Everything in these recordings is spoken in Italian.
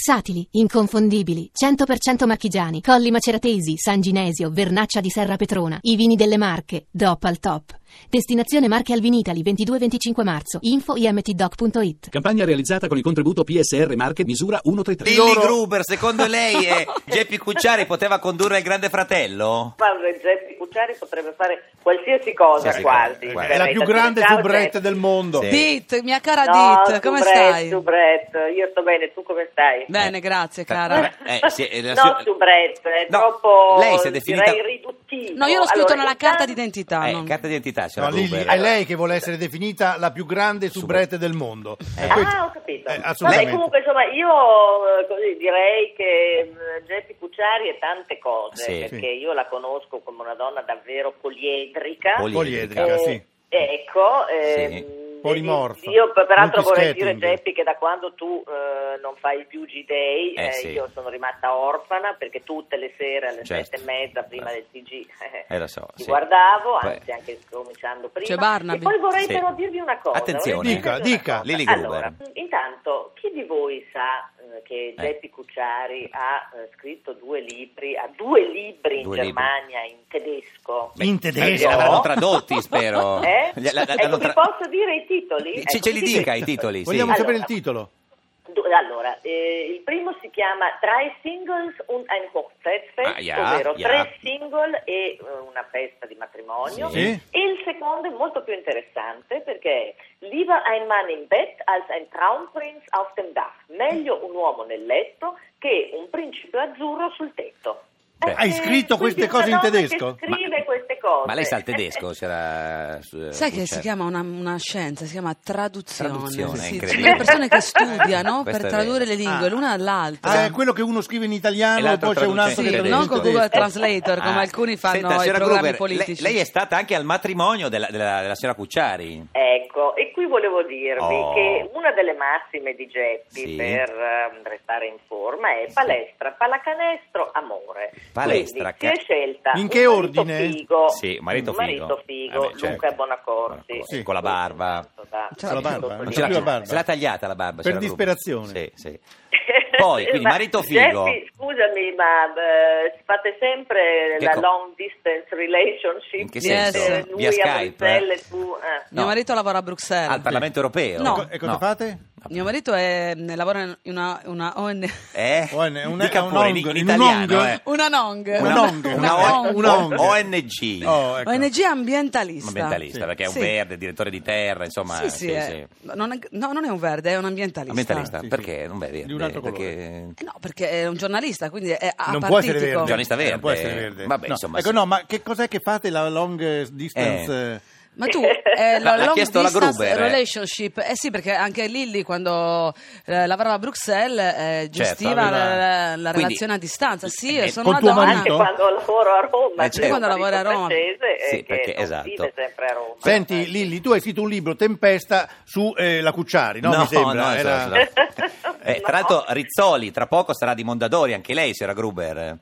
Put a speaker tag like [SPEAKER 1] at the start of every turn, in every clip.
[SPEAKER 1] Versatili, inconfondibili, 100% marchigiani, Colli Maceratesi, San Ginesio, Vernaccia di Serra Petrona, i vini delle Marche, DOP al top. Destinazione Marche al Vinitali, 22-25 marzo, info imtdoc.it.
[SPEAKER 2] Campagna realizzata con il contributo PSR Marche misura 133.
[SPEAKER 3] Lilly Gruber, secondo lei eh, Geppi Cucciari poteva condurre il Grande Fratello?
[SPEAKER 4] Paolo Zeppi Cucciari potrebbe fare qualsiasi cosa
[SPEAKER 3] Qualsiasi
[SPEAKER 4] quasi.
[SPEAKER 3] cosa,
[SPEAKER 5] È la
[SPEAKER 4] veramente.
[SPEAKER 5] più grande
[SPEAKER 4] Ciao,
[SPEAKER 5] soubrette
[SPEAKER 4] Zeppi.
[SPEAKER 5] del mondo.
[SPEAKER 3] Sì.
[SPEAKER 6] Dit, mia cara
[SPEAKER 4] No,
[SPEAKER 6] Dit, come
[SPEAKER 4] Soubrette,
[SPEAKER 6] stai?
[SPEAKER 4] Soubrette, io sto bene, tu come stai?
[SPEAKER 6] Bene, grazie cara.
[SPEAKER 3] Vabbè, eh, sì, eh, la
[SPEAKER 4] no,
[SPEAKER 3] sua-
[SPEAKER 4] Soubrette, è
[SPEAKER 3] No,
[SPEAKER 4] troppo
[SPEAKER 3] lei si è definita-
[SPEAKER 4] direi riduttivo.
[SPEAKER 6] No, io l'ho scritto
[SPEAKER 4] Oh, Allora,
[SPEAKER 6] nella
[SPEAKER 4] intanto-
[SPEAKER 6] carta d'identità.
[SPEAKER 3] Eh,
[SPEAKER 6] non-
[SPEAKER 3] carta d'identità, c'era
[SPEAKER 5] No, Lilli,
[SPEAKER 3] Gruber.
[SPEAKER 5] è lei che vuole essere definita la più grande soubrette del mondo.
[SPEAKER 3] Eh.
[SPEAKER 5] E questo-
[SPEAKER 4] Ah, ho capito.
[SPEAKER 5] eh,
[SPEAKER 4] Vabbè,
[SPEAKER 5] assolutamente.
[SPEAKER 4] comunque, insomma, io eh, così, direi che mh, Geppi Cucciari è tante cose,
[SPEAKER 3] Sì.
[SPEAKER 4] perché io la conosco come una donna davvero poliedrica.
[SPEAKER 3] Poliedrica,
[SPEAKER 5] Poliedrica,
[SPEAKER 4] Eh,
[SPEAKER 5] sì.
[SPEAKER 4] Ecco, ehm,
[SPEAKER 3] Sì.
[SPEAKER 5] Polimorfa.
[SPEAKER 4] Io per- peraltro vorrei dire,
[SPEAKER 5] Multiskating.
[SPEAKER 4] Geppi, che da quando tu eh, non fai più G-Day,
[SPEAKER 3] Eh,
[SPEAKER 4] eh,
[SPEAKER 3] sì.
[SPEAKER 4] io sono rimasta orfana perché tutte le sere alle
[SPEAKER 3] Certo.
[SPEAKER 4] sette e mezza prima
[SPEAKER 3] Eh.
[SPEAKER 4] del TG eh,
[SPEAKER 3] Eh, lo so,
[SPEAKER 4] ti
[SPEAKER 3] sì.
[SPEAKER 4] guardavo,
[SPEAKER 3] Poi-
[SPEAKER 4] anzi anche cominciando prima.
[SPEAKER 6] C'è Barnaby.
[SPEAKER 4] E poi vorrei
[SPEAKER 3] Sì.
[SPEAKER 4] però dirvi una cosa.
[SPEAKER 3] Attenzione.
[SPEAKER 4] vorrei dirvi
[SPEAKER 5] Dica,
[SPEAKER 4] una
[SPEAKER 5] dica.
[SPEAKER 4] cosa.
[SPEAKER 3] Lily Gruber.
[SPEAKER 4] allora, intanto, chi di voi sa eh, che Geppi Cucciari ha eh, scritto due libri, ha due libri in
[SPEAKER 3] Due libri.
[SPEAKER 4] Germania, in tedesco?
[SPEAKER 5] in tedesco.
[SPEAKER 3] L'avranno tradotti, spero.
[SPEAKER 4] Eh?
[SPEAKER 3] Gli- la- la-
[SPEAKER 4] Ecco,
[SPEAKER 3] l'hanno
[SPEAKER 4] vi
[SPEAKER 3] tra-
[SPEAKER 4] posso dire i titoli?
[SPEAKER 3] Ce,
[SPEAKER 4] Ecco,
[SPEAKER 3] ce li
[SPEAKER 4] vi
[SPEAKER 3] dica
[SPEAKER 4] dico.
[SPEAKER 3] i titoli, sì.
[SPEAKER 5] Vogliamo
[SPEAKER 4] Allora.
[SPEAKER 5] sapere il titolo.
[SPEAKER 4] Du- Allora, eh, il primo si chiama Drei Singles und ein Hochzeitsfest,
[SPEAKER 3] Ah, ja,
[SPEAKER 4] ovvero
[SPEAKER 3] ja.
[SPEAKER 4] tre single e eh, una festa di matrimonio.
[SPEAKER 5] Sì.
[SPEAKER 4] E il secondo è molto più interessante perché è Lieber ein Mann im Bett als ein Traumprinz auf dem Dach. Meglio un uomo nel letto che un principe azzurro sul tetto.
[SPEAKER 3] Beh,
[SPEAKER 4] Eh,
[SPEAKER 5] hai scritto
[SPEAKER 4] quindi
[SPEAKER 5] queste cose
[SPEAKER 4] una
[SPEAKER 5] in
[SPEAKER 4] donna
[SPEAKER 5] tedesco?
[SPEAKER 4] Che scrive queste cose.
[SPEAKER 3] Ma lei sa il tedesco? C'era, eh,
[SPEAKER 6] Sai che
[SPEAKER 3] Cucciari.
[SPEAKER 6] si chiama una, una scienza, si chiama traduzione.
[SPEAKER 3] Traduzione,
[SPEAKER 6] sì,
[SPEAKER 3] incredibile.
[SPEAKER 6] sono le persone che studiano
[SPEAKER 3] Questa
[SPEAKER 6] per
[SPEAKER 3] è
[SPEAKER 6] tradurre
[SPEAKER 3] vera.
[SPEAKER 6] le lingue
[SPEAKER 5] Ah.
[SPEAKER 6] l'una all'altra.
[SPEAKER 5] Ah, è quello che uno scrive in
[SPEAKER 3] E
[SPEAKER 5] italiano e
[SPEAKER 3] l'altro
[SPEAKER 5] poi c'è un altro
[SPEAKER 6] Sì,
[SPEAKER 5] che
[SPEAKER 3] traduce in
[SPEAKER 6] non
[SPEAKER 5] traduce
[SPEAKER 6] con
[SPEAKER 5] in
[SPEAKER 6] Google
[SPEAKER 5] tedesco.
[SPEAKER 6] Translator come
[SPEAKER 3] Ah.
[SPEAKER 6] alcuni fanno
[SPEAKER 3] Senta,
[SPEAKER 6] i
[SPEAKER 3] signora
[SPEAKER 6] programmi
[SPEAKER 3] Gruber, lei-
[SPEAKER 6] politici.
[SPEAKER 3] Lei, è stata anche al matrimonio della, della- della signora Cucciari.
[SPEAKER 4] Ecco, e qui volevo dirvi
[SPEAKER 3] Oh.
[SPEAKER 4] che una delle massime di Geppi
[SPEAKER 3] Sì.
[SPEAKER 4] per ehm, restare in forma è palestra, pallacanestro, amore.
[SPEAKER 3] Palestra,
[SPEAKER 4] Quindi
[SPEAKER 3] ca-
[SPEAKER 4] si è scelta
[SPEAKER 5] In
[SPEAKER 4] un
[SPEAKER 5] che
[SPEAKER 4] marito
[SPEAKER 5] ordine?
[SPEAKER 4] Figo,
[SPEAKER 3] Sì, marito
[SPEAKER 4] un
[SPEAKER 3] figo.
[SPEAKER 4] marito figo,
[SPEAKER 3] Eh beh, certo.
[SPEAKER 4] Luca Bonacorsi.
[SPEAKER 3] Bonacorsi, con la barba.
[SPEAKER 4] Da-
[SPEAKER 6] C'ha la
[SPEAKER 5] barba?
[SPEAKER 4] sotto
[SPEAKER 5] Non
[SPEAKER 4] gli
[SPEAKER 3] Ce l'ha-
[SPEAKER 5] più la barba.
[SPEAKER 3] Se l'ha tagliata la barba.
[SPEAKER 5] Per
[SPEAKER 3] c'era Gruber.
[SPEAKER 5] disperazione.
[SPEAKER 3] Sì, sì. Poi, quindi,
[SPEAKER 4] Ma,
[SPEAKER 3] marito figo.
[SPEAKER 4] Geppi, scusami, ma eh, fate sempre
[SPEAKER 3] Che
[SPEAKER 4] la
[SPEAKER 3] co-
[SPEAKER 4] long distance relationship?
[SPEAKER 3] In che
[SPEAKER 4] Eh,
[SPEAKER 6] senso?
[SPEAKER 4] Lui
[SPEAKER 3] Via
[SPEAKER 4] a
[SPEAKER 3] Skype,
[SPEAKER 4] Bruxelles
[SPEAKER 3] eh?
[SPEAKER 4] e tu... eh.
[SPEAKER 6] Mio
[SPEAKER 3] no.
[SPEAKER 6] marito lavora a Bruxelles.
[SPEAKER 3] Al Parlamento europeo.
[SPEAKER 6] Eh, No.
[SPEAKER 5] E cosa fate?
[SPEAKER 6] Mio marito è- lavora in una, una ONG.
[SPEAKER 3] Eh?
[SPEAKER 5] Oh, è un-
[SPEAKER 3] Dica
[SPEAKER 5] è un
[SPEAKER 3] pure, in,
[SPEAKER 5] ong,
[SPEAKER 3] in
[SPEAKER 5] in un
[SPEAKER 3] italiano,
[SPEAKER 5] ong.
[SPEAKER 3] eh.
[SPEAKER 6] Una NONG.
[SPEAKER 5] Una
[SPEAKER 3] Una-
[SPEAKER 5] ong,
[SPEAKER 3] una
[SPEAKER 5] una
[SPEAKER 3] O-
[SPEAKER 5] ong. Una ong.
[SPEAKER 3] ONG.
[SPEAKER 5] Oh, ecco.
[SPEAKER 6] ONG ambientalista.
[SPEAKER 3] Ambientalista, perché è un
[SPEAKER 6] Sì.
[SPEAKER 3] verde, direttore di terra, insomma.
[SPEAKER 6] Sì, sì, è- Non è- no, non è un verde, è un ambientalista.
[SPEAKER 3] Ambientalista,
[SPEAKER 5] Sì, sì.
[SPEAKER 3] perché non verde?
[SPEAKER 5] Di un altro colore.
[SPEAKER 3] Perché...
[SPEAKER 6] Eh no, perché è un giornalista, quindi è
[SPEAKER 5] non può essere
[SPEAKER 6] apartitico.
[SPEAKER 5] verde.
[SPEAKER 3] Giornalista verde.
[SPEAKER 5] Non può essere verde.
[SPEAKER 3] Vabbè,
[SPEAKER 5] No,
[SPEAKER 3] insomma,
[SPEAKER 5] ecco,
[SPEAKER 3] sì.
[SPEAKER 5] no, ma che cos'è che fate la long distance? eh?
[SPEAKER 6] Ma tu, eh, la
[SPEAKER 3] l'ha
[SPEAKER 6] long
[SPEAKER 3] chiesto la
[SPEAKER 6] distance
[SPEAKER 3] Gruber, eh.
[SPEAKER 6] relationship, eh sì, perché anche Lilly quando eh, lavorava a Bruxelles eh, gestiva
[SPEAKER 5] aveva-
[SPEAKER 6] la, la- la
[SPEAKER 3] Certo, Quindi-
[SPEAKER 6] relazione a distanza. Sì,
[SPEAKER 3] Eh,
[SPEAKER 6] sono
[SPEAKER 5] con
[SPEAKER 6] una
[SPEAKER 5] tuo
[SPEAKER 6] donna.
[SPEAKER 4] anche
[SPEAKER 5] marito?
[SPEAKER 4] quando lavoro a Roma,
[SPEAKER 3] Eh, certo.
[SPEAKER 4] io
[SPEAKER 6] Quando lavori a
[SPEAKER 4] sono
[SPEAKER 6] Roma.
[SPEAKER 4] francese, eh,
[SPEAKER 3] Sì,
[SPEAKER 4] che
[SPEAKER 3] perché,
[SPEAKER 4] non
[SPEAKER 3] esatto.
[SPEAKER 4] vive sempre a Roma. Eh.
[SPEAKER 5] Senti, Lilli, tu hai scritto un libro, Tempesta, su eh, la Cucciari, no?
[SPEAKER 3] No,
[SPEAKER 5] Mi sembra.
[SPEAKER 3] no,
[SPEAKER 5] era-
[SPEAKER 3] esatto, esatto. Eh,
[SPEAKER 4] No.
[SPEAKER 3] Tra l'altro Rizzoli tra poco sarà di Mondadori, anche lei c'era Gruber.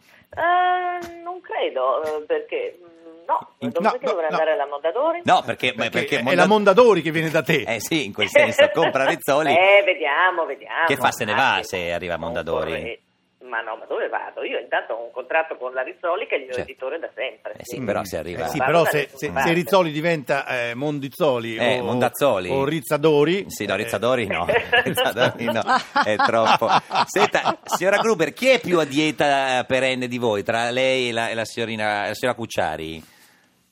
[SPEAKER 4] Eh, non credo, eh, perché mm, no,
[SPEAKER 5] In-
[SPEAKER 4] dove
[SPEAKER 5] no,
[SPEAKER 4] perché
[SPEAKER 5] no,
[SPEAKER 4] dovrei
[SPEAKER 5] no.
[SPEAKER 4] andare alla Mondadori?
[SPEAKER 3] No, perché, ma
[SPEAKER 5] Perché
[SPEAKER 3] perché
[SPEAKER 5] è
[SPEAKER 3] Monda-
[SPEAKER 5] la Mondadori che viene da te.
[SPEAKER 3] Eh sì, in quel senso, compra Rizzoli.
[SPEAKER 4] Eh, vediamo, vediamo.
[SPEAKER 3] Che fa, se ne va,
[SPEAKER 4] Ah, sì,
[SPEAKER 3] se arriva a
[SPEAKER 4] non
[SPEAKER 3] Mondadori?
[SPEAKER 4] vorrei- Ma no, ma dove vado? Io intanto ho un contratto con la Rizzoli che è il mio
[SPEAKER 3] Certo.
[SPEAKER 4] editore da sempre.
[SPEAKER 3] Eh sì, però se arriva-
[SPEAKER 5] Eh sì,
[SPEAKER 4] Guarda,
[SPEAKER 5] però
[SPEAKER 4] da
[SPEAKER 5] se,
[SPEAKER 4] nessuna
[SPEAKER 5] se-
[SPEAKER 4] parte.
[SPEAKER 5] se Rizzoli diventa eh, Mondizzoli
[SPEAKER 3] Eh,
[SPEAKER 5] o,
[SPEAKER 3] Mondazzoli.
[SPEAKER 5] o Rizzadori, eh,
[SPEAKER 3] Sì, no, Rizzadori no,
[SPEAKER 4] Eh.
[SPEAKER 3] Rizzadori no, è troppo. Senta, signora Gruber, chi è più a dieta eh, perenne di voi, tra lei e la, e la signorina, la signora Cucciari?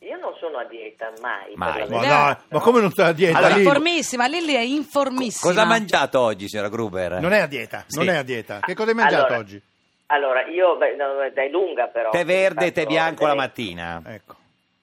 [SPEAKER 4] Io non sono a dieta, mai.
[SPEAKER 3] Mai.
[SPEAKER 4] per la
[SPEAKER 5] ma,
[SPEAKER 4] verità.
[SPEAKER 5] dai, ma come non sta a dieta?
[SPEAKER 6] Allora,
[SPEAKER 5] Lilli?
[SPEAKER 6] informissima, Lilly è informissima.
[SPEAKER 3] Cosa ha mangiato oggi, signora Gruber?
[SPEAKER 5] Non è a dieta,
[SPEAKER 3] Sì.
[SPEAKER 5] non è a dieta. Che cosa hai mangiato
[SPEAKER 4] Allora,
[SPEAKER 5] oggi?
[SPEAKER 4] Allora, io, beh, no, dai lunga però.
[SPEAKER 3] Tè verde e tè
[SPEAKER 4] Intanto,
[SPEAKER 3] bianco la
[SPEAKER 4] eh,
[SPEAKER 3] mattina.
[SPEAKER 5] Ecco.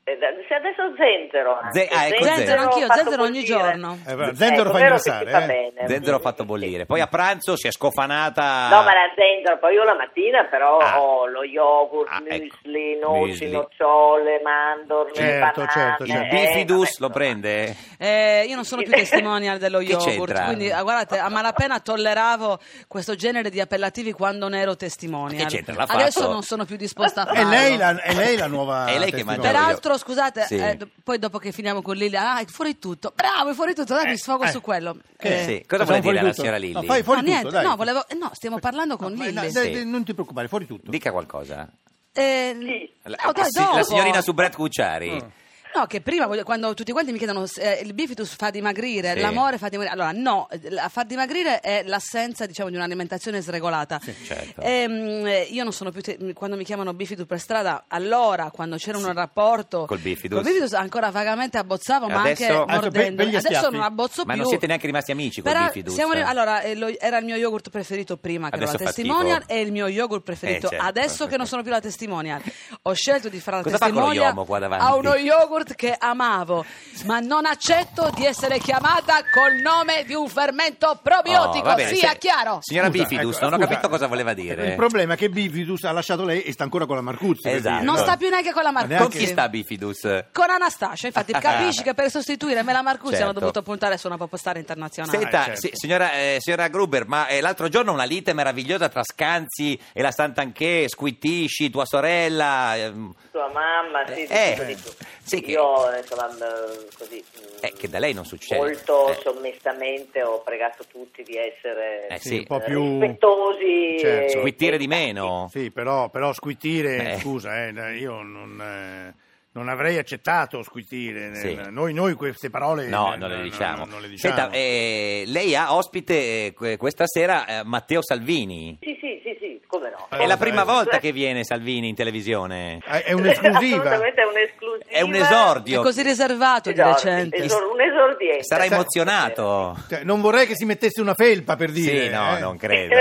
[SPEAKER 4] Eh, da- se adesso zenzero anche.
[SPEAKER 3] Ze- ah, ecco,
[SPEAKER 6] Zenzero
[SPEAKER 3] zenzero.
[SPEAKER 6] anch'io,
[SPEAKER 4] fatto
[SPEAKER 6] zenzero ogni
[SPEAKER 4] bollire.
[SPEAKER 6] giorno.
[SPEAKER 5] Eh, però
[SPEAKER 4] Ecco,
[SPEAKER 5] zenzero fa
[SPEAKER 4] vero che
[SPEAKER 5] ingrassare,
[SPEAKER 4] si fa
[SPEAKER 5] eh.
[SPEAKER 4] bene.
[SPEAKER 3] Zenzero fatto bollire. Poi a pranzo si è scofanata...
[SPEAKER 4] No, ma la dentro, poi io la mattina però
[SPEAKER 3] Ah.
[SPEAKER 4] ho lo yogurt,
[SPEAKER 3] Ah, ecco.
[SPEAKER 4] muesli, noci,
[SPEAKER 3] Muesli.
[SPEAKER 4] nocciole, mandorle,
[SPEAKER 5] Certo,
[SPEAKER 4] banane.
[SPEAKER 5] certo,
[SPEAKER 3] Il
[SPEAKER 5] certo.
[SPEAKER 4] eh,
[SPEAKER 3] bifidus
[SPEAKER 4] vabbè,
[SPEAKER 3] lo prende?
[SPEAKER 6] Eh, io non sono più testimonial dello
[SPEAKER 3] Che
[SPEAKER 6] yogurt,
[SPEAKER 3] c'entra?
[SPEAKER 6] quindi ah, guardate, a malapena tolleravo questo genere di appellativi quando ne ero testimonial.
[SPEAKER 3] Ma che c'entra? L'ha fatto?
[SPEAKER 6] Adesso non sono più disposta a
[SPEAKER 5] È
[SPEAKER 6] farlo.
[SPEAKER 5] lei la, è lei la nuova
[SPEAKER 3] È lei che
[SPEAKER 5] testimone.
[SPEAKER 3] mangia-
[SPEAKER 6] Peraltro, scusate,
[SPEAKER 3] Eh, Sì.
[SPEAKER 6] eh, do- poi dopo che finiamo con Lilli, ah, è fuori tutto. Bravo, è fuori tutto, dai, mi sfogo
[SPEAKER 5] eh,
[SPEAKER 6] su quello.
[SPEAKER 5] Che-
[SPEAKER 6] Eh,
[SPEAKER 3] Sì. Cosa vuole
[SPEAKER 5] facciamo fuori
[SPEAKER 3] dire alla
[SPEAKER 5] tutto?
[SPEAKER 3] signora Lilli?
[SPEAKER 5] No, fai
[SPEAKER 6] No,
[SPEAKER 5] fuori tutto,
[SPEAKER 6] niente,
[SPEAKER 5] dai.
[SPEAKER 6] no, volevo- eh, no, stiamo parlando con
[SPEAKER 5] Ma-
[SPEAKER 6] Lilli.
[SPEAKER 5] no,
[SPEAKER 3] Sì.
[SPEAKER 5] dai, Non ti preoccupare, fuori tutto.
[SPEAKER 3] Certo. Dica qualcosa.
[SPEAKER 6] Eh,
[SPEAKER 4] Sì.
[SPEAKER 6] no,
[SPEAKER 3] La,
[SPEAKER 6] dai,
[SPEAKER 3] si- la
[SPEAKER 6] dopo.
[SPEAKER 3] signorina su Brad Cucciari. Oh,
[SPEAKER 6] No, che prima, voglio- quando tutti quanti mi chiedono se eh, il bifitus fa dimagrire,
[SPEAKER 3] Sì.
[SPEAKER 6] l'amore fa dimagrire. Allora, no, eh, la- far dimagrire è l'assenza, diciamo, di un'alimentazione sregolata.
[SPEAKER 3] certo.
[SPEAKER 6] Ehm, eh, io non sono più. te- quando mi chiamano bifitus per strada, allora, quando c'era un rapporto
[SPEAKER 3] Col bifidus.
[SPEAKER 6] col ancora vagamente abbozzavo, ma
[SPEAKER 3] Adesso-
[SPEAKER 6] anche
[SPEAKER 3] Adesso
[SPEAKER 5] pe-
[SPEAKER 6] mordendo.
[SPEAKER 5] per gli
[SPEAKER 6] Adesso
[SPEAKER 5] schiaffi.
[SPEAKER 6] non abbozzo
[SPEAKER 3] Ma
[SPEAKER 6] più.
[SPEAKER 3] non siete neanche rimasti amici col
[SPEAKER 6] Però
[SPEAKER 3] bifidus?
[SPEAKER 6] siamo ri- allora, eh, lo- era il mio yogurt preferito prima che
[SPEAKER 3] Adesso
[SPEAKER 6] ero
[SPEAKER 3] fa
[SPEAKER 6] la testimonial
[SPEAKER 3] schifo.
[SPEAKER 6] e il mio yogurt preferito
[SPEAKER 3] Eh, certo.
[SPEAKER 6] adesso che non sono più la testimonial. Ho scelto di fare la
[SPEAKER 3] Cosa fa con lo
[SPEAKER 6] testimonial
[SPEAKER 3] yomo qua davanti?
[SPEAKER 6] a uno yogurt che amavo, ma non accetto di essere chiamata col nome di un fermento
[SPEAKER 3] Oh,
[SPEAKER 6] probiotico,
[SPEAKER 3] va bene,
[SPEAKER 6] sia
[SPEAKER 3] se-
[SPEAKER 6] chiaro.
[SPEAKER 3] Signora
[SPEAKER 5] Scusa,
[SPEAKER 3] Bifidus,
[SPEAKER 5] ecco,
[SPEAKER 3] non ho
[SPEAKER 5] scusa.
[SPEAKER 3] capito cosa voleva dire.
[SPEAKER 5] Il problema è che Bifidus ha lasciato lei e sta ancora con la Marcuzzi. per
[SPEAKER 3] Esatto.
[SPEAKER 5] dire.
[SPEAKER 6] Non
[SPEAKER 3] Allora.
[SPEAKER 6] sta più neanche con la Marcuzzi.
[SPEAKER 5] neanche-
[SPEAKER 3] Con chi sta Bifidus?
[SPEAKER 6] Con Anastasia, infatti, capisci che per sostituire me la Marcuzzi
[SPEAKER 3] Certo.
[SPEAKER 6] hanno dovuto puntare su una popstar internazionale.
[SPEAKER 3] Senta,
[SPEAKER 5] Ah, certo.
[SPEAKER 3] si- signora, eh, signora Gruber, ma eh, l'altro giorno una lite meravigliosa tra Scanzi e la Sant'Anché, Squittisci, tua sorella. ehm,
[SPEAKER 4] Sua mamma, sì, sì,
[SPEAKER 3] Eh,
[SPEAKER 4] sì, sì, sì.
[SPEAKER 3] sì che-
[SPEAKER 4] Io, eh, insomma, m- così... m-
[SPEAKER 3] Eh, che da lei non succede.
[SPEAKER 4] Molto
[SPEAKER 3] Eh.
[SPEAKER 4] sommestamente ho pregato tutti di essere
[SPEAKER 3] Eh,
[SPEAKER 5] Sì,
[SPEAKER 3] sì.
[SPEAKER 5] un po' più...
[SPEAKER 4] rispettosi.
[SPEAKER 5] Certo.
[SPEAKER 4] e-
[SPEAKER 3] Squittire di meno.
[SPEAKER 5] Sì, però, però squittire,
[SPEAKER 3] Oh. Eh.
[SPEAKER 5] scusa, eh, io non, eh, non avrei accettato squittire.
[SPEAKER 3] Sì.
[SPEAKER 5] Eh, Noi, noi queste parole
[SPEAKER 3] No,
[SPEAKER 5] eh,
[SPEAKER 3] non le diciamo.
[SPEAKER 5] non le diciamo.
[SPEAKER 3] Senta, eh, lei ha ospite eh, que- questa sera eh, Matteo Salvini.
[SPEAKER 4] Sì, sì, sì, sì, come no.
[SPEAKER 5] Eh,
[SPEAKER 3] È la
[SPEAKER 5] eh,
[SPEAKER 3] prima
[SPEAKER 5] eh.
[SPEAKER 3] volta che viene Salvini in televisione.
[SPEAKER 5] Eh, È un'esclusiva.
[SPEAKER 4] Assolutamente è un'esclusiva.
[SPEAKER 3] È un
[SPEAKER 6] È
[SPEAKER 3] esordio.
[SPEAKER 6] così riservato di
[SPEAKER 4] Esor-
[SPEAKER 6] recente.
[SPEAKER 4] esor- un esordiente.
[SPEAKER 3] Sarà emozionato.
[SPEAKER 5] Cioè, non vorrei che si mettesse una felpa per dire.
[SPEAKER 3] Sì, no,
[SPEAKER 5] eh.
[SPEAKER 3] non credo.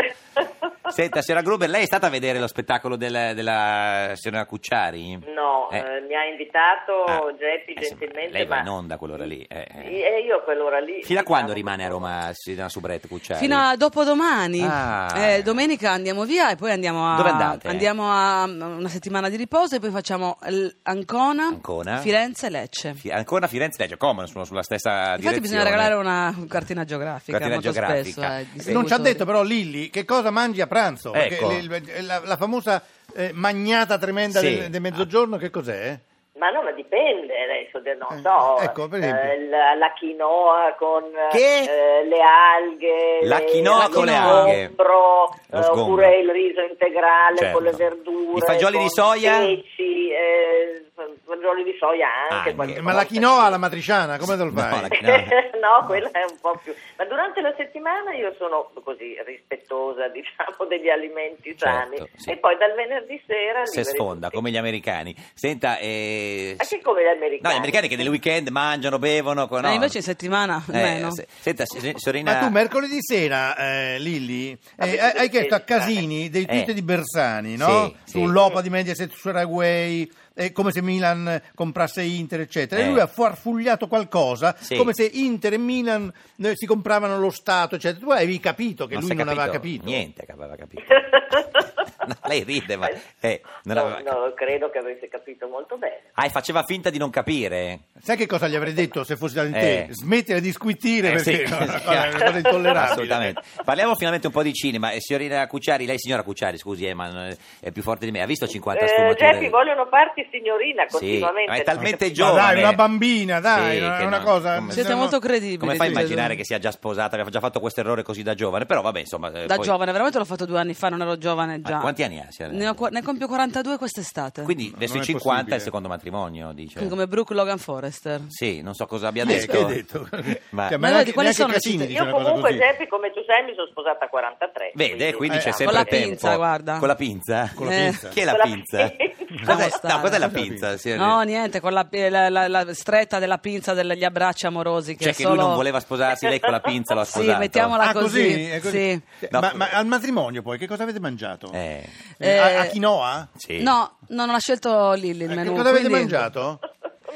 [SPEAKER 3] Senta, signora Gruber, lei è stata a vedere lo spettacolo del- della signora Cucciari?
[SPEAKER 4] No,
[SPEAKER 3] Eh.
[SPEAKER 4] eh, mi ha invitato
[SPEAKER 3] Ah,
[SPEAKER 4] Geppi
[SPEAKER 3] eh,
[SPEAKER 4] gentilmente.
[SPEAKER 3] Lei va
[SPEAKER 4] ma-
[SPEAKER 3] in onda quell'ora lì. eh, eh.
[SPEAKER 4] E io a quell'ora lì.
[SPEAKER 3] Fino a
[SPEAKER 4] diciamo,
[SPEAKER 3] quando rimane a Roma, signora Subrette Cucciari?
[SPEAKER 6] Fino a dopodomani.
[SPEAKER 3] Cioè, Ah.
[SPEAKER 6] Eh, domenica andiamo via e poi andiamo a.
[SPEAKER 3] Dove andate?
[SPEAKER 6] Andiamo a una settimana di riposo e poi facciamo l- Ancona,
[SPEAKER 3] Ancona.
[SPEAKER 6] Firenze e Lecce.
[SPEAKER 3] Fi- ancora Firenze Leggio, Como, sono sulla stessa
[SPEAKER 6] Infatti
[SPEAKER 3] direzione.
[SPEAKER 6] bisogna regalare una cartina geografica
[SPEAKER 3] Cartina
[SPEAKER 6] molto
[SPEAKER 3] geografica.
[SPEAKER 6] spesso. eh,
[SPEAKER 3] Sì.
[SPEAKER 5] Non ci ha
[SPEAKER 6] distributori.
[SPEAKER 5] detto però Lilli che cosa mangi a pranzo? Perché
[SPEAKER 3] Ecco.
[SPEAKER 5] le- la, la famosa eh, magnata tremenda
[SPEAKER 3] Sì.
[SPEAKER 5] del, del mezzogiorno, che cos'è?
[SPEAKER 4] Ma no, ma dipende adesso, de- non
[SPEAKER 5] Eh,
[SPEAKER 4] so,
[SPEAKER 5] ecco, per esempio.
[SPEAKER 4] eh, la, la quinoa con
[SPEAKER 3] Che?
[SPEAKER 4] eh, le alghe,
[SPEAKER 3] La
[SPEAKER 4] le-
[SPEAKER 3] quinoa
[SPEAKER 4] lo
[SPEAKER 3] con le alghe.
[SPEAKER 4] sgombro,
[SPEAKER 3] Lo
[SPEAKER 4] eh,
[SPEAKER 3] sgombro.
[SPEAKER 4] oppure il riso integrale
[SPEAKER 3] Certo.
[SPEAKER 4] con le verdure,
[SPEAKER 3] I fagioli di
[SPEAKER 4] con
[SPEAKER 3] soia?
[SPEAKER 4] i Ceci, eh, fagioli di soia anche.
[SPEAKER 3] Anche.
[SPEAKER 4] qualche
[SPEAKER 5] Ma la
[SPEAKER 4] volta.
[SPEAKER 5] quinoa, la matriciana, come te
[SPEAKER 3] Eh,
[SPEAKER 5] lo
[SPEAKER 3] oh, No,
[SPEAKER 5] fai?
[SPEAKER 3] Ah, la quinoa.
[SPEAKER 4] no, quella è un po' più. Ma durante la settimana io sono così rispettosa, diciamo, degli alimenti
[SPEAKER 3] Certo,
[SPEAKER 4] sani.
[SPEAKER 3] sì.
[SPEAKER 4] E poi dal venerdì sera
[SPEAKER 3] Se
[SPEAKER 4] liberi
[SPEAKER 3] sfonda,
[SPEAKER 4] tutti.
[SPEAKER 3] come gli americani. Senta, eh,
[SPEAKER 4] Ma che come gli
[SPEAKER 3] No,
[SPEAKER 4] americani?
[SPEAKER 3] gli americani che nel weekend mangiano, bevono. co- no.
[SPEAKER 6] Eh, invece in settimana
[SPEAKER 3] Eh,
[SPEAKER 6] meno.
[SPEAKER 3] se- senta, si- si- signorina.
[SPEAKER 5] Ma tu mercoledì sera, eh, Lilli,
[SPEAKER 3] Ah,
[SPEAKER 4] Avete
[SPEAKER 5] eh, hai-
[SPEAKER 4] delle
[SPEAKER 5] hai chiesto a
[SPEAKER 4] idee strane.
[SPEAKER 5] Casini dei tweet
[SPEAKER 3] Eh.
[SPEAKER 5] di Bersani, no?
[SPEAKER 3] Sì, sì.
[SPEAKER 5] Sull'OPA di Mediaset su Saragway, eh, come se Milan comprasse Inter, eccetera.
[SPEAKER 3] Eh.
[SPEAKER 5] E lui ha farfugliato qualcosa,
[SPEAKER 3] Sì.
[SPEAKER 5] come se Inter e Milan eh, si compravano lo Stato, eccetera. Tu avevi capito che
[SPEAKER 3] si
[SPEAKER 5] lui
[SPEAKER 3] è
[SPEAKER 5] non aveva capito.
[SPEAKER 3] Niente che aveva capito. No, lei ride, ma. eh, non
[SPEAKER 4] no,
[SPEAKER 3] aveva-
[SPEAKER 4] no, credo che avesse capito molto bene.
[SPEAKER 3] Ah, e faceva finta di non capire.
[SPEAKER 5] Sai che cosa gli avrei detto se fossi davanti a te?
[SPEAKER 3] Eh.
[SPEAKER 5] Smettere di squittire
[SPEAKER 3] Eh,
[SPEAKER 5] perché
[SPEAKER 3] sì.
[SPEAKER 5] no, no, è una cosa intollerabile.
[SPEAKER 3] Assolutamente. Parliamo finalmente un po' di cinema. Eh, signorina Cucciari, lei signora Cucciari, scusi, eh, ma non è- è più forte di me. Ha visto 50
[SPEAKER 4] Eh,
[SPEAKER 3] sfumature?
[SPEAKER 4] Geppi, vogliono farti signorina
[SPEAKER 3] Sì,
[SPEAKER 4] continuamente.
[SPEAKER 3] ma è
[SPEAKER 4] non
[SPEAKER 3] talmente
[SPEAKER 4] capisco.
[SPEAKER 5] Ma
[SPEAKER 3] giovane.
[SPEAKER 5] dai, una bambina, dai,
[SPEAKER 3] Sì,
[SPEAKER 5] è
[SPEAKER 3] che
[SPEAKER 5] una
[SPEAKER 3] no.
[SPEAKER 5] cosa...
[SPEAKER 3] Come-
[SPEAKER 6] Siete
[SPEAKER 5] siamo-
[SPEAKER 6] molto credibili.
[SPEAKER 3] Come fa a
[SPEAKER 6] siete-
[SPEAKER 3] immaginare che sia già sposata, che abbia già fatto questo errore così da giovane? Però vabbè, insomma... eh,
[SPEAKER 6] Da
[SPEAKER 3] poi-
[SPEAKER 6] giovane, veramente l'ho fatto due anni fa, non ero giovane
[SPEAKER 3] Ma
[SPEAKER 6] già.
[SPEAKER 3] Quanti anni ha? signora?
[SPEAKER 6] Ne, ho qua- ne compio 42 quest'estate.
[SPEAKER 3] Quindi verso i
[SPEAKER 5] è
[SPEAKER 3] 50 è
[SPEAKER 5] possibile.
[SPEAKER 3] il secondo matrimonio, dice.
[SPEAKER 6] Come Brooke Logan Forrester.
[SPEAKER 3] Sì, non so cosa abbia
[SPEAKER 5] Chi è
[SPEAKER 3] detto.
[SPEAKER 5] che ha detto?
[SPEAKER 3] Ma-
[SPEAKER 5] Cioè,
[SPEAKER 6] Ma
[SPEAKER 5] neanche- neanche
[SPEAKER 6] quali sono le
[SPEAKER 5] Cassini
[SPEAKER 6] città?
[SPEAKER 5] dice
[SPEAKER 4] Io
[SPEAKER 5] una cosa
[SPEAKER 4] comunque,
[SPEAKER 5] così.
[SPEAKER 4] Geppi, come tu sai, mi sono sposata a 43.
[SPEAKER 3] Vede, quindi
[SPEAKER 5] Eh,
[SPEAKER 3] c'è
[SPEAKER 5] con
[SPEAKER 3] sempre
[SPEAKER 6] la
[SPEAKER 3] tempo.
[SPEAKER 6] pinza, guarda.
[SPEAKER 3] Con la pinza?
[SPEAKER 5] Con la
[SPEAKER 6] Eh.
[SPEAKER 5] pinza.
[SPEAKER 3] Chi è la
[SPEAKER 4] Con la
[SPEAKER 3] pinza?
[SPEAKER 4] pinza.
[SPEAKER 3] Cos'è,
[SPEAKER 6] Lasciamo
[SPEAKER 3] no, cos'è la
[SPEAKER 5] stare.
[SPEAKER 3] pinza? Cioè, signora?
[SPEAKER 6] No, niente, con la, eh, la- la- la stretta della pinza degli abbracci amorosi. Che
[SPEAKER 3] Cioè
[SPEAKER 6] è
[SPEAKER 3] che
[SPEAKER 6] solo...
[SPEAKER 3] lui non voleva sposarsi, lei con la pinza l'ha
[SPEAKER 6] Sì,
[SPEAKER 3] sposato.
[SPEAKER 6] mettiamola-
[SPEAKER 5] Ah, così?
[SPEAKER 6] così,
[SPEAKER 5] È così.
[SPEAKER 6] sì.
[SPEAKER 5] Cioè,
[SPEAKER 3] No.
[SPEAKER 5] Ma, ma al matrimonio poi, che cosa avete mangiato?
[SPEAKER 3] Eh,
[SPEAKER 5] Eh, a, a
[SPEAKER 6] Eh,
[SPEAKER 5] quinoa?
[SPEAKER 3] sì.
[SPEAKER 6] No, no, non ha scelto Lilli
[SPEAKER 5] Eh,
[SPEAKER 6] il
[SPEAKER 5] che
[SPEAKER 6] menù.
[SPEAKER 5] cosa avete
[SPEAKER 6] quindi-
[SPEAKER 5] mangiato?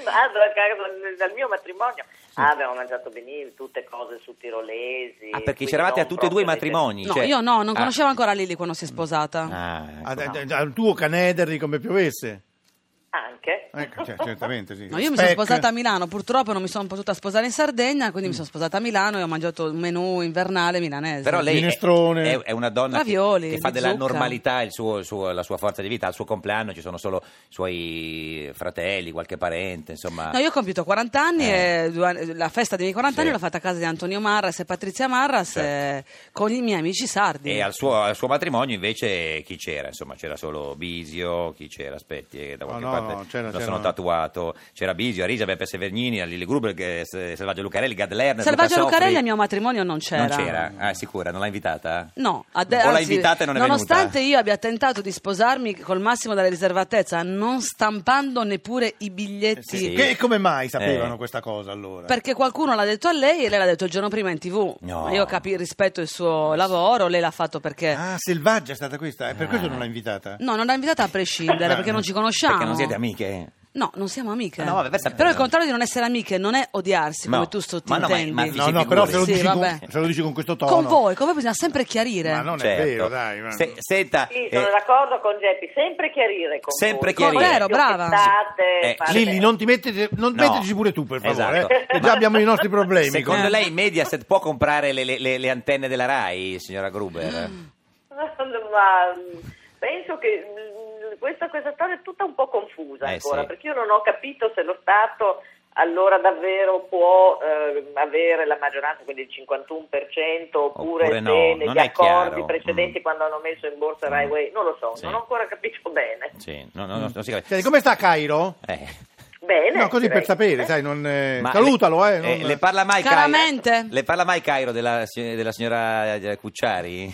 [SPEAKER 4] Ah, dal, dal mio matrimonio Ah, abbiamo mangiato benissimo, tutte cose su tirolesi.
[SPEAKER 3] Ah, perché
[SPEAKER 4] quindi
[SPEAKER 3] c'eravate a
[SPEAKER 4] non
[SPEAKER 3] tutti e due i
[SPEAKER 4] proprio dei-
[SPEAKER 3] matrimoni.
[SPEAKER 6] No,
[SPEAKER 3] cioè-
[SPEAKER 6] io no, non
[SPEAKER 3] Ah.
[SPEAKER 6] conoscevo ancora Lilli quando si è sposata.
[SPEAKER 3] Ah, ecco.
[SPEAKER 5] Ad- ad- Al tuo Canederli come piovesse.
[SPEAKER 4] Anche.
[SPEAKER 5] Ecco, cioè, certamente sì.
[SPEAKER 6] No, io mi sono
[SPEAKER 5] Speck.
[SPEAKER 6] sposata a Milano, purtroppo non mi sono potuta sposare in Sardegna, quindi mi sono sposata a Milano e ho mangiato un menù invernale milanese.
[SPEAKER 3] Però lei è,
[SPEAKER 5] Minestrone.
[SPEAKER 3] è- è una donna che-
[SPEAKER 6] Ravioli,
[SPEAKER 3] che, fa
[SPEAKER 6] di
[SPEAKER 3] della
[SPEAKER 6] zucca.
[SPEAKER 3] normalità il suo- il suo- la sua forza di vita. Al suo compleanno ci sono solo i suoi fratelli, qualche parente, insomma.
[SPEAKER 6] No, io ho compiuto 40 anni
[SPEAKER 3] Eh.
[SPEAKER 6] e due anni- la festa dei miei 40 anni
[SPEAKER 3] Sì. Certo.
[SPEAKER 6] l'ho fatta a casa di Antonio Marras e Patrizia Marras eh, con i miei amici sardi.
[SPEAKER 3] E al suo, al suo matrimonio invece chi c'era? Insomma, c'era solo Bisio, chi c'era? Aspetti, eh, da
[SPEAKER 5] Oh,
[SPEAKER 3] qualche
[SPEAKER 5] no,
[SPEAKER 3] parte
[SPEAKER 5] no, c'era-
[SPEAKER 3] lo
[SPEAKER 5] c'era-
[SPEAKER 3] sono tatuato. C'era Bisio, Arisa, Beppe Severgnini, Lili Gruber, eh, S- Selvaggio Lucarelli, Gadlerner,
[SPEAKER 6] Selvaggio
[SPEAKER 3] Luca Sofri.
[SPEAKER 6] Lucarelli al mio matrimonio non c'era.
[SPEAKER 3] Non c'era? Ah, è sicura? Non l'ha invitata?
[SPEAKER 6] No, ade-
[SPEAKER 3] O l'ha
[SPEAKER 6] anzi,
[SPEAKER 3] invitata e non è venuta?
[SPEAKER 6] nonostante io abbia tentato di sposarmi col massimo della riservatezza, non stampando neppure i biglietti,
[SPEAKER 3] Sì.
[SPEAKER 5] Eh, Che- e come mai sapevano
[SPEAKER 3] Eh.
[SPEAKER 5] questa cosa allora?
[SPEAKER 6] perché qualcuno l'ha detto a lei e lei l'ha detto il giorno prima in tv.
[SPEAKER 3] No.
[SPEAKER 6] Ma Io capi, rispetto il suo lavoro, lei l'ha fatto perché...
[SPEAKER 5] Ah, selvaggia è stata questa, è per questo
[SPEAKER 3] Ah.
[SPEAKER 5] non l'ha invitata.
[SPEAKER 6] No, non l'ha invitata a prescindere perché non ci conosciamo.
[SPEAKER 3] Perché non siete amiche?
[SPEAKER 6] No, non siamo amiche.
[SPEAKER 3] Ah, no, vabbè, per sapere.
[SPEAKER 6] Però il contrario di non essere amiche non è odiarsi,
[SPEAKER 3] No.
[SPEAKER 6] come tu sto ti
[SPEAKER 3] Ma no, ma-
[SPEAKER 6] intendi.
[SPEAKER 3] ma vi
[SPEAKER 5] No,
[SPEAKER 3] si
[SPEAKER 5] no, però
[SPEAKER 3] figuri.
[SPEAKER 5] se lo,
[SPEAKER 6] Sì,
[SPEAKER 5] dici con,
[SPEAKER 6] vabbè.
[SPEAKER 5] se lo dici con questo tono.
[SPEAKER 6] Con voi, come bisogna sempre chiarire.
[SPEAKER 5] Ma non
[SPEAKER 3] Certo.
[SPEAKER 5] è vero, dai. ma-
[SPEAKER 3] Se- senta,
[SPEAKER 4] Sì,
[SPEAKER 3] eh,
[SPEAKER 4] sono d'accordo con Geppi, sempre chiarire con
[SPEAKER 3] Sempre
[SPEAKER 4] voi.
[SPEAKER 3] chiarire.
[SPEAKER 6] Vero, brava.
[SPEAKER 4] Piettate,
[SPEAKER 3] Eh,
[SPEAKER 4] fate-
[SPEAKER 5] Lilli, non ti mettete, non
[SPEAKER 3] No.
[SPEAKER 5] mettici pure tu, per favore.
[SPEAKER 3] Esatto.
[SPEAKER 5] eh, che
[SPEAKER 3] Ma-
[SPEAKER 5] già abbiamo i nostri problemi.
[SPEAKER 3] Secondo
[SPEAKER 5] Eh.
[SPEAKER 3] lei Mediaset può comprare le, le- le- le antenne della RAI, signora Gruber?
[SPEAKER 5] Ah.
[SPEAKER 4] Ma mh, penso che mh, questa, questa storia è tutta un po' confusa
[SPEAKER 3] Eh,
[SPEAKER 4] ancora,
[SPEAKER 3] sì.
[SPEAKER 4] perché io non ho capito se lo Stato allora davvero può eh, avere la maggioranza, quindi il 51%, oppure,
[SPEAKER 3] Oppure
[SPEAKER 4] se
[SPEAKER 3] no,
[SPEAKER 4] negli
[SPEAKER 3] non è
[SPEAKER 4] accordi
[SPEAKER 3] chiaro.
[SPEAKER 4] precedenti
[SPEAKER 3] Mm.
[SPEAKER 4] quando hanno messo in borsa Rai Way, non lo so,
[SPEAKER 3] Sì.
[SPEAKER 4] non ho ancora capito bene.
[SPEAKER 3] Sì, no, no, no, non si capisce.
[SPEAKER 5] Senti, come sta Cairo?
[SPEAKER 3] Eh,
[SPEAKER 4] Bene,
[SPEAKER 5] No, così per
[SPEAKER 4] direi.
[SPEAKER 5] sapere, sai, non, eh,
[SPEAKER 3] ma
[SPEAKER 5] salutalo,
[SPEAKER 3] le,
[SPEAKER 5] eh. non-
[SPEAKER 3] le parla mai Cairo?
[SPEAKER 6] Caramente.
[SPEAKER 3] Le parla mai Cairo della, si- della signora eh, Cucciari?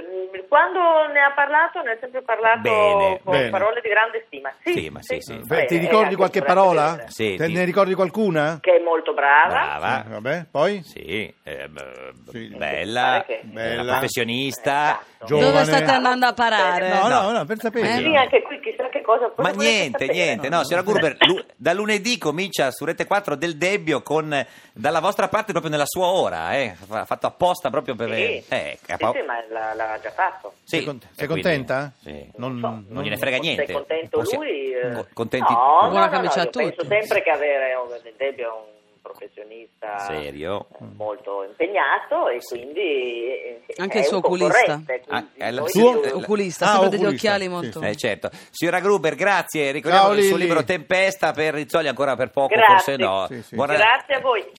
[SPEAKER 4] Mm, Quando ne ha parlato, ne ha sempre parlato
[SPEAKER 3] Bene,
[SPEAKER 4] con
[SPEAKER 5] bene.
[SPEAKER 4] parole di grande stima. Sì,
[SPEAKER 3] Stima, sì, sì.
[SPEAKER 5] Beh,
[SPEAKER 4] bene, era
[SPEAKER 5] ti
[SPEAKER 4] eh, anche
[SPEAKER 5] ricordi qualche
[SPEAKER 4] un
[SPEAKER 5] parola?
[SPEAKER 4] grande
[SPEAKER 3] Sì,
[SPEAKER 5] Te
[SPEAKER 3] ti-
[SPEAKER 5] ne ricordi qualcuna?
[SPEAKER 4] Che è molto brava.
[SPEAKER 5] Eh,
[SPEAKER 3] Brava.
[SPEAKER 5] vabbè, poi?
[SPEAKER 3] Sì, eh, b- b-
[SPEAKER 5] Sì.
[SPEAKER 3] bella,
[SPEAKER 4] Pare che-
[SPEAKER 5] Bella.
[SPEAKER 3] una professionista.
[SPEAKER 4] Esatto.
[SPEAKER 5] Giovane.
[SPEAKER 6] Dove state andando a parare?
[SPEAKER 5] No,
[SPEAKER 3] Eh, No.
[SPEAKER 5] no, no, per sapere.
[SPEAKER 6] Eh,
[SPEAKER 4] Sì, anche qui chissà che cosa
[SPEAKER 3] Ma
[SPEAKER 4] cosa volete
[SPEAKER 3] niente,
[SPEAKER 4] sapere.
[SPEAKER 3] niente, no, signora Gruber, lu- da lunedì comincia su Rete 4 del Debbio con, eh, dalla vostra parte proprio nella sua ora, eh, fa- fatto apposta proprio per...
[SPEAKER 4] Sì,
[SPEAKER 3] eh,
[SPEAKER 4] sì,
[SPEAKER 3] pa-
[SPEAKER 4] sì, ma l'ha, l'ha già fatto.
[SPEAKER 3] Sì,
[SPEAKER 5] Sei, con-
[SPEAKER 3] e
[SPEAKER 5] sei
[SPEAKER 3] quindi-
[SPEAKER 5] contenta?
[SPEAKER 3] sì. Non,
[SPEAKER 5] Non,
[SPEAKER 4] so.
[SPEAKER 5] non-
[SPEAKER 3] gliene frega
[SPEAKER 4] Se
[SPEAKER 3] niente.
[SPEAKER 4] è contento
[SPEAKER 3] Non si-
[SPEAKER 4] lui. eh,
[SPEAKER 3] co- contenti-
[SPEAKER 4] No, no,
[SPEAKER 6] Buona
[SPEAKER 4] no, no,
[SPEAKER 6] camicia a
[SPEAKER 4] io penso
[SPEAKER 6] tutti.
[SPEAKER 4] sempre che avere un, Del Debbio è un professionista
[SPEAKER 3] Serio.
[SPEAKER 4] eh, molto impegnato e quindi eh,
[SPEAKER 6] Anche
[SPEAKER 4] è
[SPEAKER 6] il suo
[SPEAKER 4] un
[SPEAKER 6] oculista.
[SPEAKER 4] concorrente, quindi
[SPEAKER 3] Ah, è la-
[SPEAKER 4] noi-
[SPEAKER 3] Suo-
[SPEAKER 6] Eh, Oculista,
[SPEAKER 5] Ah,
[SPEAKER 6] sempre degli
[SPEAKER 5] oculista,
[SPEAKER 6] occhiali
[SPEAKER 5] sì,
[SPEAKER 6] molto.
[SPEAKER 3] Eh, certo. Signora Gruber, grazie. Ricordiamo
[SPEAKER 5] Ciao,
[SPEAKER 3] il suo
[SPEAKER 5] Lilli.
[SPEAKER 3] libro Tempesta per Rizzoli ancora per poco,
[SPEAKER 4] Grazie.
[SPEAKER 3] forse no.
[SPEAKER 5] Sì, sì.
[SPEAKER 3] Buona-
[SPEAKER 4] Grazie a voi.